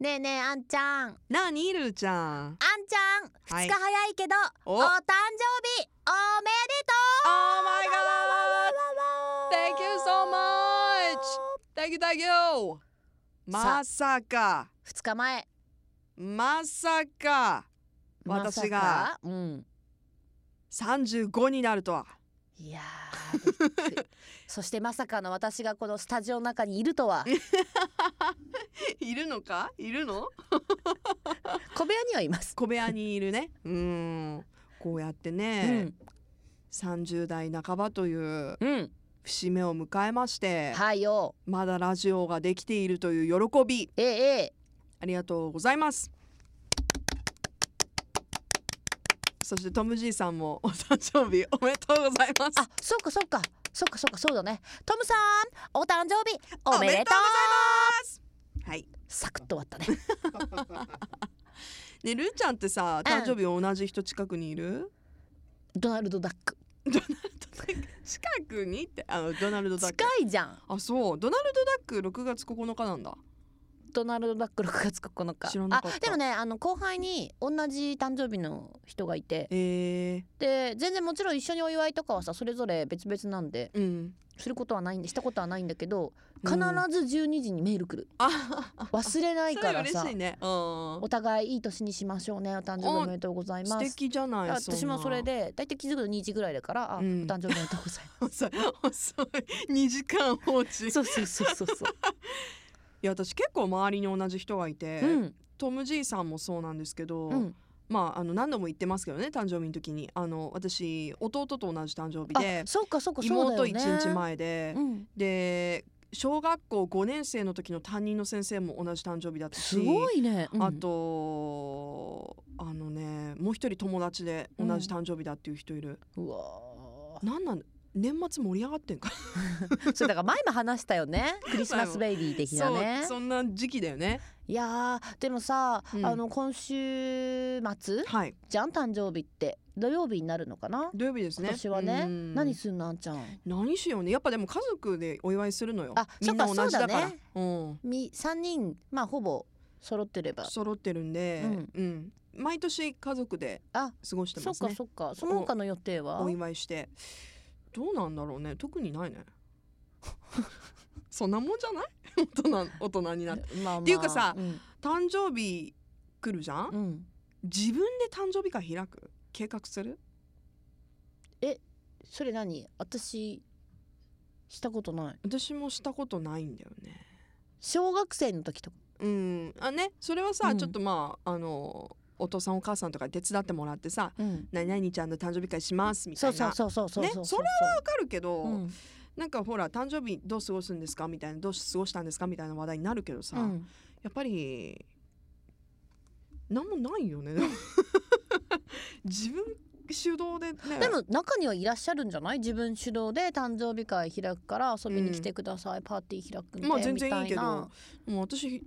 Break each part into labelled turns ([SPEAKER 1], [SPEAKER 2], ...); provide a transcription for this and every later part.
[SPEAKER 1] ねえねえあんちゃんあん
[SPEAKER 2] なあにいるちゃん
[SPEAKER 1] ちゃん
[SPEAKER 2] はい
[SPEAKER 1] 2日早いけど、
[SPEAKER 2] お
[SPEAKER 1] お誕生日おめでとう
[SPEAKER 2] Oh my god! Thank you so much! Thank you, thank you!
[SPEAKER 1] さ
[SPEAKER 2] まさか
[SPEAKER 1] 2日前
[SPEAKER 2] まさか
[SPEAKER 1] まさ
[SPEAKER 2] 私が
[SPEAKER 1] かうん
[SPEAKER 2] 35になるとはい
[SPEAKER 1] やーびっく りそしてまさかの私がこのスタジオの中にいるとは
[SPEAKER 2] いるのかいるの
[SPEAKER 1] 小部屋にはいます、
[SPEAKER 2] 小部屋にいるねうーんこうやってね、30代半ばという
[SPEAKER 1] うんうん
[SPEAKER 2] 節目を迎えまして
[SPEAKER 1] はいよ
[SPEAKER 2] まだラジオができているという喜び
[SPEAKER 1] ええええ
[SPEAKER 2] ありがとうございますそしてトムじいさんもお誕生日おめでとうございます
[SPEAKER 1] あそっかそっかそっかそっかそうだねトムさんお誕生日おめでとう
[SPEAKER 2] ございますはい
[SPEAKER 1] サクッと終わったね
[SPEAKER 2] ねるーちゃんってさ
[SPEAKER 1] うん
[SPEAKER 2] 誕生日同じ人近くにいる、
[SPEAKER 1] ドナルドダック
[SPEAKER 2] 近くにってあのドナルドダック
[SPEAKER 1] 近いじゃん
[SPEAKER 2] あそうドナルドダック6月9日なんだ
[SPEAKER 1] ドナルドダック6月9日
[SPEAKER 2] 知らなかった
[SPEAKER 1] あでもねあの後輩に同じ誕生日の人がいて
[SPEAKER 2] えー、
[SPEAKER 1] で全然もちろん一緒にお祝いとかはさそれぞれ別々なんで
[SPEAKER 2] うん
[SPEAKER 1] することはないんでしたことはないんだけど
[SPEAKER 2] う
[SPEAKER 1] 必
[SPEAKER 2] ん
[SPEAKER 1] ず12時にメール来る、
[SPEAKER 2] あ
[SPEAKER 1] 忘れない
[SPEAKER 2] そ
[SPEAKER 1] か
[SPEAKER 2] れ
[SPEAKER 1] ら
[SPEAKER 2] 嬉
[SPEAKER 1] さ
[SPEAKER 2] しいねうん
[SPEAKER 1] お互いいい年にしましょうねお誕生日おめでとうござい
[SPEAKER 2] 素
[SPEAKER 1] ます
[SPEAKER 2] 敵じゃない
[SPEAKER 1] 私もそれで大体気づくと2時ぐらいだから、あ
[SPEAKER 2] うん
[SPEAKER 1] お誕生日おめでとうござい
[SPEAKER 2] 遅い遅い2時間放
[SPEAKER 1] ま
[SPEAKER 2] 置い
[SPEAKER 1] すそうそうそうそうそ
[SPEAKER 2] や私結構周りに同じ人がいて、
[SPEAKER 1] ううん
[SPEAKER 2] トムじいさんもそうなんですけど、
[SPEAKER 1] うん
[SPEAKER 2] まああの何度も言ってますけどね誕生日の時にあの私弟と同じ誕生日
[SPEAKER 1] あ
[SPEAKER 2] で
[SPEAKER 1] そうかそうかそうだよ
[SPEAKER 2] 妹
[SPEAKER 1] ね
[SPEAKER 2] 1日前で、
[SPEAKER 1] うん
[SPEAKER 2] で小学校5年生の時の担任の先生も同じ誕生日だったし
[SPEAKER 1] すごいね、うん
[SPEAKER 2] あとあのねもう一人友達で同じ誕生日だっていう人いる、
[SPEAKER 1] うわー
[SPEAKER 2] なんなん年末盛り上がってんか
[SPEAKER 1] それだから前も話したよねクリスマスベイビー的な
[SPEAKER 2] そ
[SPEAKER 1] ね
[SPEAKER 2] うそんな時期だよ ね
[SPEAKER 1] いやーでもさ、
[SPEAKER 2] うん
[SPEAKER 1] あの今週末
[SPEAKER 2] はい
[SPEAKER 1] じゃん誕生日って土曜日になるのかな
[SPEAKER 2] 土曜日ですね
[SPEAKER 1] 今年はね
[SPEAKER 2] うん
[SPEAKER 1] 何すんのあんちゃん
[SPEAKER 2] 何しようねやっぱでも家族でお祝いするのよ
[SPEAKER 1] あ
[SPEAKER 2] みんな
[SPEAKER 1] そっ
[SPEAKER 2] 同
[SPEAKER 1] か
[SPEAKER 2] じだ
[SPEAKER 1] そう
[SPEAKER 2] か
[SPEAKER 1] だ
[SPEAKER 2] ら
[SPEAKER 1] ね
[SPEAKER 2] うん
[SPEAKER 1] み3人まあほぼ揃ってれば
[SPEAKER 2] 揃ってるんで、
[SPEAKER 1] う
[SPEAKER 2] うんん毎年家族で
[SPEAKER 1] あ
[SPEAKER 2] 過ごして
[SPEAKER 1] そ
[SPEAKER 2] ま
[SPEAKER 1] っ
[SPEAKER 2] す
[SPEAKER 1] か
[SPEAKER 2] ね
[SPEAKER 1] そっかその他の予定は
[SPEAKER 2] お祝いしてどうなんだろうね特にないね そんなもんじゃない大人大人になって
[SPEAKER 1] まあまあ
[SPEAKER 2] っていうかさ
[SPEAKER 1] うん
[SPEAKER 2] 誕生日来るじゃん、
[SPEAKER 1] うん
[SPEAKER 2] 自分で誕生日会開く計画する
[SPEAKER 1] それ何私したことない
[SPEAKER 2] 私もしたことないんだよね
[SPEAKER 1] 小学生の時とか
[SPEAKER 2] うんあねそれはさ、
[SPEAKER 1] うん
[SPEAKER 2] ちょっとまああのお父さんお母さんとかに手伝ってもらってさ
[SPEAKER 1] うん
[SPEAKER 2] 何々ちゃんの誕生日会しますみた
[SPEAKER 1] そ
[SPEAKER 2] いうな
[SPEAKER 1] そうそうそうそう
[SPEAKER 2] ね
[SPEAKER 1] そう
[SPEAKER 2] それわかるけど、
[SPEAKER 1] うん
[SPEAKER 2] なんかほら誕生日どう過ごすんですかみたいなどう過ごしたんですかみたいな話題になるけどさ、
[SPEAKER 1] うん
[SPEAKER 2] やっぱり何もないよねでも 自分主導でね
[SPEAKER 1] でも中にはいらっしゃるんじゃない自分主導で誕生日会開くから遊びに来てください、パーティー開くんで、
[SPEAKER 2] まあ全然い
[SPEAKER 1] み
[SPEAKER 2] い
[SPEAKER 1] た
[SPEAKER 2] け
[SPEAKER 1] い
[SPEAKER 2] ど
[SPEAKER 1] な
[SPEAKER 2] もう私ひ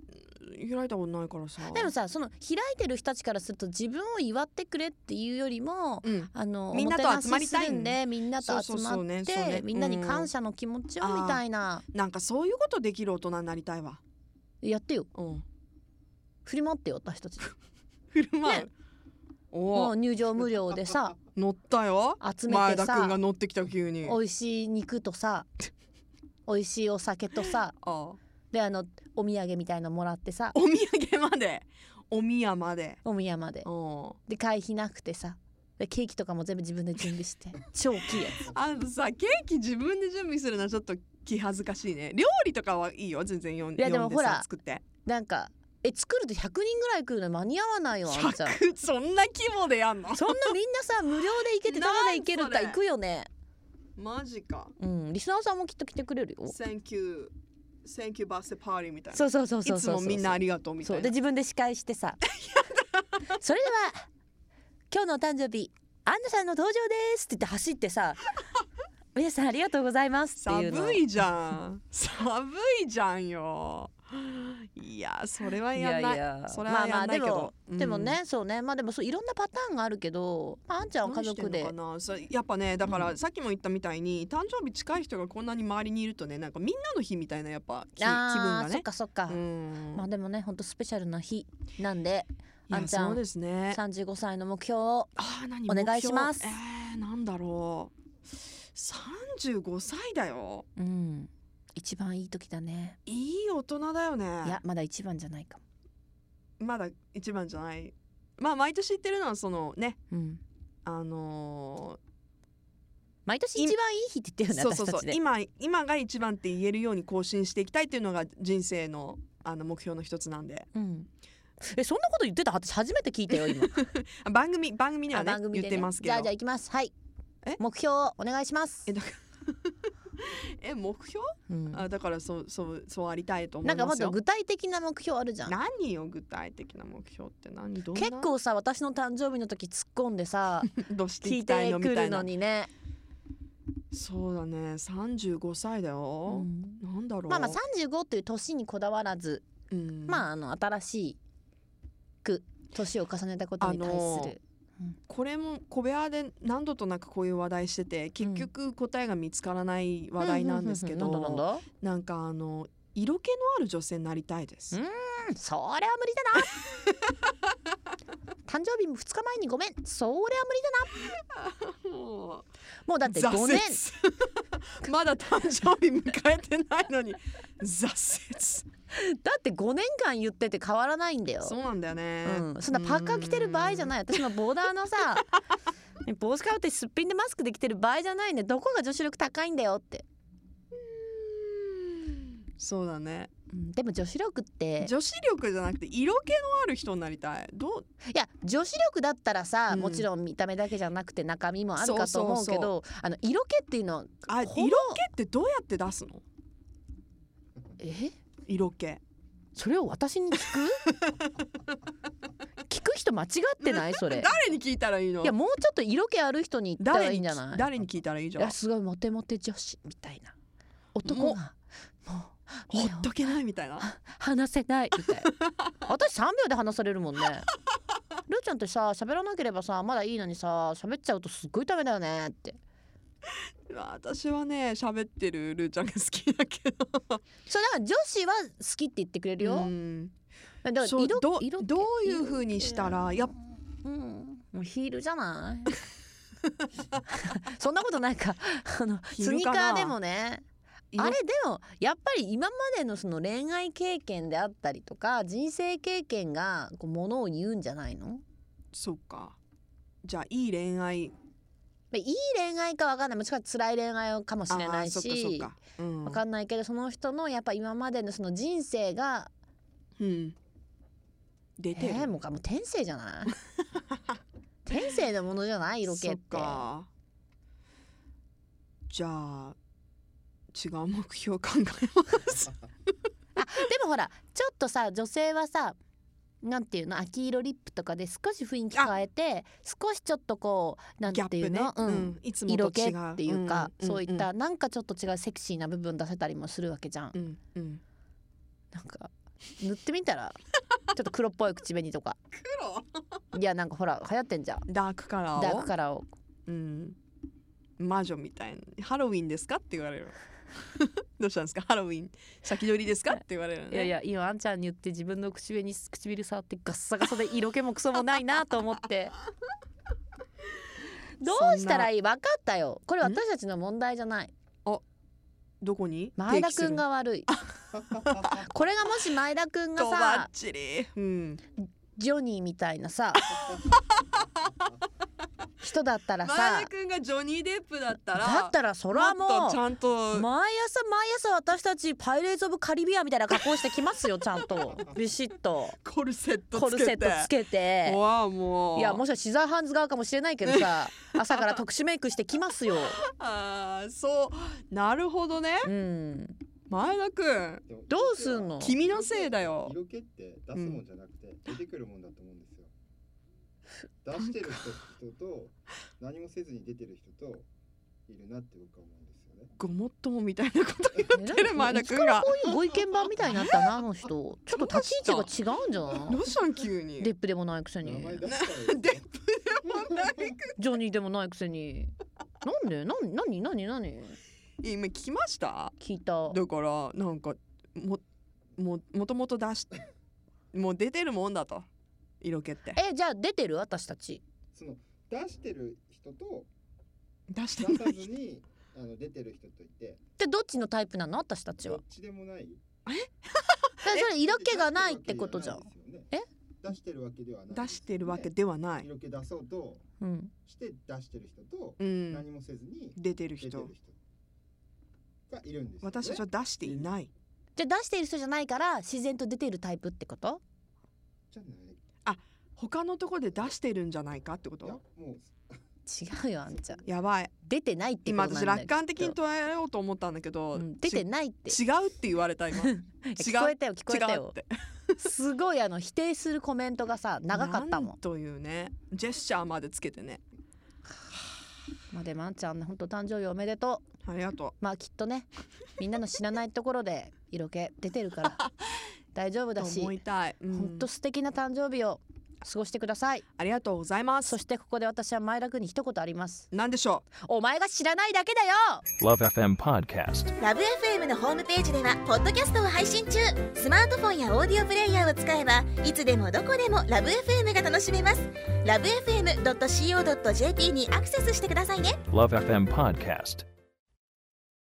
[SPEAKER 2] 開いたことないからさ
[SPEAKER 1] でもさその開いてる人たちからすると自分を祝ってくれっていうよりも
[SPEAKER 2] うん
[SPEAKER 1] あの
[SPEAKER 2] みんな
[SPEAKER 1] お
[SPEAKER 2] と
[SPEAKER 1] もてなし
[SPEAKER 2] 集まりたい
[SPEAKER 1] するんでみんなと集
[SPEAKER 2] そうそう
[SPEAKER 1] ま
[SPEAKER 2] そ
[SPEAKER 1] っ
[SPEAKER 2] うね
[SPEAKER 1] て
[SPEAKER 2] そうね
[SPEAKER 1] みんなに感謝の気持ちを
[SPEAKER 2] うん
[SPEAKER 1] みたいな、
[SPEAKER 2] なんかそういうことできる大人になりたいわ、
[SPEAKER 1] やってよ
[SPEAKER 2] うん、
[SPEAKER 1] 振り回ってよ私たち
[SPEAKER 2] 振る舞う、
[SPEAKER 1] ね
[SPEAKER 2] お
[SPEAKER 1] も
[SPEAKER 2] お
[SPEAKER 1] う入場無料で さ
[SPEAKER 2] 乗ったよ
[SPEAKER 1] 集め
[SPEAKER 2] 前
[SPEAKER 1] て
[SPEAKER 2] 田君
[SPEAKER 1] さ
[SPEAKER 2] が乗ってきた急に
[SPEAKER 1] 美味しい肉と さ美味しいお酒とさ
[SPEAKER 2] ああ
[SPEAKER 1] であのお土産みたいのもらってさ
[SPEAKER 2] お土産までお宮まで
[SPEAKER 1] お宮まで
[SPEAKER 2] うん
[SPEAKER 1] で会費なくてさでケーキとかも全部自分で準備して 超大きいやつ
[SPEAKER 2] あのさケーキ自分で準備するのはちょっと気恥ずかしいね料理とかはいいよ全然よん
[SPEAKER 1] いやでも
[SPEAKER 2] 呼んで
[SPEAKER 1] ほ
[SPEAKER 2] さ
[SPEAKER 1] ら
[SPEAKER 2] 作って
[SPEAKER 1] なんかえ作ると100人ぐらい来るの間に合わないよあんちゃん
[SPEAKER 2] 100そんな規模でやんの
[SPEAKER 1] そんなみんなさ無料で行けてただで行けるったら行くよね
[SPEAKER 2] マジか
[SPEAKER 1] うんリスナーさんもきっと来てくれるよ
[SPEAKER 2] Thank you Thank you バースデーパーリーみたいな
[SPEAKER 1] そうそうそうそうそう
[SPEAKER 2] いつもみんなありがとうみた
[SPEAKER 1] そう
[SPEAKER 2] い
[SPEAKER 1] で
[SPEAKER 2] な
[SPEAKER 1] 自分で司会してさ それでは今日のお誕生日アンナさんの登場ですって言って走ってさ皆さんありがとうございますっていうの
[SPEAKER 2] 寒いじゃん寒いじゃんよいやそれはいやんな
[SPEAKER 1] や
[SPEAKER 2] い
[SPEAKER 1] いや
[SPEAKER 2] それはや
[SPEAKER 1] まあまあ
[SPEAKER 2] んないけ
[SPEAKER 1] で
[SPEAKER 2] ど、
[SPEAKER 1] も
[SPEAKER 2] うん
[SPEAKER 1] でもね、そうねまあでもそういろんなパターンがあるけど、まあ、あんちゃんは家族で
[SPEAKER 2] 何してんのかなそうやっぱねだか
[SPEAKER 1] う
[SPEAKER 2] ら
[SPEAKER 1] ん
[SPEAKER 2] さっきも言ったみたいに、誕生日近い人がこんなに周りにいるとねなんかみんなの日みたいなやっぱき気分
[SPEAKER 1] あー
[SPEAKER 2] が
[SPEAKER 1] そっ
[SPEAKER 2] ね
[SPEAKER 1] かそっか、
[SPEAKER 2] うん
[SPEAKER 1] まあでもね本当スペシャルな日なんで
[SPEAKER 2] いや
[SPEAKER 1] あんちゃん
[SPEAKER 2] そうですね
[SPEAKER 1] 35歳の目標を
[SPEAKER 2] あー何
[SPEAKER 1] お願い
[SPEAKER 2] 目標
[SPEAKER 1] します
[SPEAKER 2] えー、なんだろう35歳だよ
[SPEAKER 1] うん一番いい時だね
[SPEAKER 2] いい大人だよね
[SPEAKER 1] いやまだ一番じゃないかも
[SPEAKER 2] まだ一番じゃないまあ毎年言ってるのはそのね
[SPEAKER 1] うん
[SPEAKER 2] あの
[SPEAKER 1] 毎年一番いい日って言ってる
[SPEAKER 2] ーそ
[SPEAKER 1] よ
[SPEAKER 2] う
[SPEAKER 1] ね
[SPEAKER 2] そ
[SPEAKER 1] 私
[SPEAKER 2] う
[SPEAKER 1] た
[SPEAKER 2] そう
[SPEAKER 1] ちで
[SPEAKER 2] 今今が一番って言えるように更新していきたいっていうのが人生のあの目標の一つなんで
[SPEAKER 1] うんえそんなこと言ってた私初めて聞いたよ 今
[SPEAKER 2] あ番組番組には
[SPEAKER 1] あ
[SPEAKER 2] ね
[SPEAKER 1] 番組で、
[SPEAKER 2] 言
[SPEAKER 1] ね、
[SPEAKER 2] ってますけど
[SPEAKER 1] じゃあじゃあ行きますはい
[SPEAKER 2] え
[SPEAKER 1] 目標をお願いします
[SPEAKER 2] えだからえ目標、
[SPEAKER 1] うん
[SPEAKER 2] あだからそうそうそうありたいと思
[SPEAKER 1] ないんかも
[SPEAKER 2] ま
[SPEAKER 1] っ
[SPEAKER 2] すよ
[SPEAKER 1] と具体的な目標あるじゃん
[SPEAKER 2] 何よ具体的な目標って何どんな
[SPEAKER 1] 結構さ私の誕生日の時突っ込んで さ
[SPEAKER 2] どうして
[SPEAKER 1] 聞
[SPEAKER 2] い
[SPEAKER 1] い
[SPEAKER 2] きたい
[SPEAKER 1] て
[SPEAKER 2] の
[SPEAKER 1] く
[SPEAKER 2] みた
[SPEAKER 1] る
[SPEAKER 2] い
[SPEAKER 1] の
[SPEAKER 2] な
[SPEAKER 1] にね、
[SPEAKER 2] そうだね35歳だよ、
[SPEAKER 1] うん
[SPEAKER 2] なんだろう
[SPEAKER 1] まあまあ35という年にこだわらず、
[SPEAKER 2] うん
[SPEAKER 1] まああの新しく年を重ねたことに対する、
[SPEAKER 2] あのーこれも小部屋で何度となくこういう話題してて結局答えが見つからない話題なんですけど、
[SPEAKER 1] ううううんなんだなんだ
[SPEAKER 2] なんかあの色気のある女性になりたいです、
[SPEAKER 1] んうんそれは無理だな 誕生日も2日前にごめんそれは無理だ
[SPEAKER 2] もう
[SPEAKER 1] なもうだって5年
[SPEAKER 2] 挫折 まだ誕生日迎えてないのに挫
[SPEAKER 1] だって5年間言ってて変わらないんだよ
[SPEAKER 2] 折そうなんだよね、
[SPEAKER 1] うん、そんなパーカー着てる場合じゃ
[SPEAKER 2] い
[SPEAKER 1] ない私のボーダーの さ帽子かぶってすっぴんでマスクできてる場合じゃないねどこが女子力高いんだよって、
[SPEAKER 2] そうだね
[SPEAKER 1] うん、でも女子力って
[SPEAKER 2] 女子力じゃなくて色気のある人になりたいどう
[SPEAKER 1] いや女子力だったらさ、
[SPEAKER 2] うん
[SPEAKER 1] もちろん見た目だけじゃなくて中身もあるかと思
[SPEAKER 2] そううそうそう
[SPEAKER 1] けどあの色気っていうのは
[SPEAKER 2] あ
[SPEAKER 1] この
[SPEAKER 2] 色気ってどうやって出すの
[SPEAKER 1] え
[SPEAKER 2] 色気
[SPEAKER 1] それを私に聞 く聞く人間違ってないそれ
[SPEAKER 2] 誰に聞いたらいいの
[SPEAKER 1] いやもうちょっと色気ある人に言ったら
[SPEAKER 2] 誰
[SPEAKER 1] いい
[SPEAKER 2] に
[SPEAKER 1] んじゃない
[SPEAKER 2] 誰に聞いたらいいじ
[SPEAKER 1] い
[SPEAKER 2] ゃん
[SPEAKER 1] やすごいモテモテ女子みたいな男がもう
[SPEAKER 2] ほ
[SPEAKER 1] 目を
[SPEAKER 2] っとけないみたいな
[SPEAKER 1] 話せないみたいな私3秒で話されるもんねルーちゃんってさ喋らなければさまだいいのにさ喋っちゃうとすっごいダメだよねって
[SPEAKER 2] うわ私はね喋ってるルーちゃんが好きだけど
[SPEAKER 1] そうだから女子は好きって言ってくれるよ、
[SPEAKER 2] うん
[SPEAKER 1] だから
[SPEAKER 2] そう
[SPEAKER 1] 色
[SPEAKER 2] ど
[SPEAKER 1] 色気
[SPEAKER 2] どういう風にしたらやっ
[SPEAKER 1] うんもうヒールじゃない そんなことないかあの
[SPEAKER 2] ヒー
[SPEAKER 1] ス
[SPEAKER 2] ル
[SPEAKER 1] ニー
[SPEAKER 2] かな
[SPEAKER 1] カーでもね
[SPEAKER 2] 色
[SPEAKER 1] あれでもやっぱり今までのその恋愛経験であったりとか人生経験がこうものを言うんじゃないの
[SPEAKER 2] そうかじゃあいい恋愛
[SPEAKER 1] まあいい恋愛かわかんないもしかしたら辛い恋愛かもし
[SPEAKER 2] あ
[SPEAKER 1] れない
[SPEAKER 2] ーそっかそっ
[SPEAKER 1] し
[SPEAKER 2] かうん
[SPEAKER 1] わかんないけどその人のやっぱ今までのその人生が
[SPEAKER 2] うん出てる、
[SPEAKER 1] えー、もうかもう天性じゃない 天性のものじゃない色気っ
[SPEAKER 2] そ
[SPEAKER 1] て
[SPEAKER 2] かじゃあ違う目標考えます
[SPEAKER 1] でもほらちょっとさ女性はさなんていうの秋色リップとかで少し雰囲気変えて少しちょっとこうなん
[SPEAKER 2] ギャッ
[SPEAKER 1] ていう
[SPEAKER 2] プね
[SPEAKER 1] の、、うん
[SPEAKER 2] うんいつもと違う
[SPEAKER 1] 色気っていうか、
[SPEAKER 2] ん
[SPEAKER 1] そういったなんかちょっと違うセクシーな部分出せたりもするわけじゃん、
[SPEAKER 2] うんうん
[SPEAKER 1] なんか塗ってみた らちょっと黒っぽい口紅とか
[SPEAKER 2] 黒
[SPEAKER 1] いやなんかほら流行ってんじゃん
[SPEAKER 2] ダークカラーを
[SPEAKER 1] ダークカラーを
[SPEAKER 2] うん、魔女みたいなハロウィンですかって言われる どうしたんですかハロウィン先取りですかって言われる
[SPEAKER 1] い
[SPEAKER 2] ね
[SPEAKER 1] やいや今あんちゃんに言って自分の口紅唇触ってガッサガサで色気もクソもないなと思って どうしたらいい分かったよこれ私たちの問題じゃない
[SPEAKER 2] どこに
[SPEAKER 1] 前田
[SPEAKER 2] 提起する
[SPEAKER 1] くんが悪い これがもし前田くんが
[SPEAKER 2] とば
[SPEAKER 1] さ
[SPEAKER 2] っちりうん
[SPEAKER 1] ジョニーみたいな さ人だったら
[SPEAKER 2] 前
[SPEAKER 1] さ
[SPEAKER 2] 田くんがジョニー・デップだったら
[SPEAKER 1] だったらそれはもう
[SPEAKER 2] もっとちゃんと
[SPEAKER 1] 毎朝毎朝私たちパイレーツ・オブ・カリビアンみたいな格好してきますよちゃんとビシッと
[SPEAKER 2] コルセット
[SPEAKER 1] コ
[SPEAKER 2] つ
[SPEAKER 1] ル
[SPEAKER 2] けて
[SPEAKER 1] セットつけて
[SPEAKER 2] うわもう
[SPEAKER 1] いやもしかしたらシザーハンズ側かもしれないけど さ朝から特殊メイクしてきますよ。
[SPEAKER 2] あーそうなるほどね
[SPEAKER 1] うん、
[SPEAKER 2] 前田くん
[SPEAKER 1] どうすんの
[SPEAKER 2] 君のせいだよ
[SPEAKER 3] 色気って出すもんじゃなくて出てくるもんだと思うんですよ、出してる人と何もせずに出てる人といるなって僕は思うんですよね
[SPEAKER 2] ごもっともみたいなこと言
[SPEAKER 1] えらい
[SPEAKER 2] ってる前田
[SPEAKER 1] いつ
[SPEAKER 2] 君
[SPEAKER 1] か
[SPEAKER 2] が
[SPEAKER 1] らこういうご意見番みたいになったなあの 人ちょっと立ち位置が違うんじゃな
[SPEAKER 2] どうしたん急に
[SPEAKER 1] いデップでもないくせ
[SPEAKER 3] 名
[SPEAKER 1] に
[SPEAKER 3] 前出
[SPEAKER 2] ね
[SPEAKER 3] したら
[SPEAKER 2] デップでもない
[SPEAKER 1] ジョニーでもないくせになんでなん何何何
[SPEAKER 2] 今聞きました
[SPEAKER 1] 聞いた
[SPEAKER 2] だからなんかもももともと出しもう出てるもんだと色気って
[SPEAKER 1] えじゃあ出てる私たち
[SPEAKER 3] その出してる人と
[SPEAKER 2] 出し
[SPEAKER 3] 出
[SPEAKER 2] てな
[SPEAKER 3] さ
[SPEAKER 2] い
[SPEAKER 3] ずにあの出てる人といて
[SPEAKER 1] でどっちのタイプなの私たち
[SPEAKER 3] ど
[SPEAKER 1] は
[SPEAKER 3] っちでもない
[SPEAKER 1] だからそれ色気がないってことじゃんえ
[SPEAKER 3] 出してるわけではないですよね、
[SPEAKER 2] 出してるわけ
[SPEAKER 3] で
[SPEAKER 2] ではない、
[SPEAKER 3] 色気出そうと
[SPEAKER 1] うん
[SPEAKER 3] して出してる人と
[SPEAKER 2] うん
[SPEAKER 3] 何もせずに
[SPEAKER 2] 出てる
[SPEAKER 3] 出て
[SPEAKER 2] 人
[SPEAKER 3] る人がいるんですよ、ね、
[SPEAKER 2] 私たちは出していない
[SPEAKER 1] じゃあ出している人じゃないから自然と出ているタイプってこと
[SPEAKER 3] じゃない
[SPEAKER 2] 他のところで出してるんじゃないかってこ
[SPEAKER 3] いや
[SPEAKER 2] と
[SPEAKER 3] もう
[SPEAKER 1] 違うよあんちゃん
[SPEAKER 2] やばい
[SPEAKER 1] 出てないってこと
[SPEAKER 2] 今
[SPEAKER 1] なんだ
[SPEAKER 2] 私
[SPEAKER 1] よ
[SPEAKER 2] 楽観的に捉えようと思ったんだけど、
[SPEAKER 1] うん出てないって
[SPEAKER 2] ち違うって言われた 今違う
[SPEAKER 1] 聞こえたよ聞こえた
[SPEAKER 2] 違うっ
[SPEAKER 1] よ
[SPEAKER 2] て
[SPEAKER 1] すごいあの否定するコメントがさ長かったも
[SPEAKER 2] なんんというねジェスチャーまでつけてね
[SPEAKER 1] まあでもあんちゃんね本当誕生日おめでとう
[SPEAKER 2] ありがと
[SPEAKER 1] まあきっと ねみんなの知らないところで色気出てるから 大丈夫
[SPEAKER 2] う
[SPEAKER 1] だ
[SPEAKER 2] と
[SPEAKER 1] し
[SPEAKER 2] 思いたい、うん
[SPEAKER 1] 本当素敵な誕生日を過ごしてください
[SPEAKER 2] ありがとうございます
[SPEAKER 1] そしてここで私は前田君に一言あります
[SPEAKER 2] なんでしょ
[SPEAKER 1] お前が知らないだけだよ
[SPEAKER 4] Love FM Podcast.
[SPEAKER 5] ラブ f m のホームページではポッドキャストを配信中スマートフォンやオーディオプレイヤーを使えばいつでもどこでもラブ f m が楽しめますラブ FM.co.jp にアクセスしてくださいね
[SPEAKER 4] Love FM Podcast.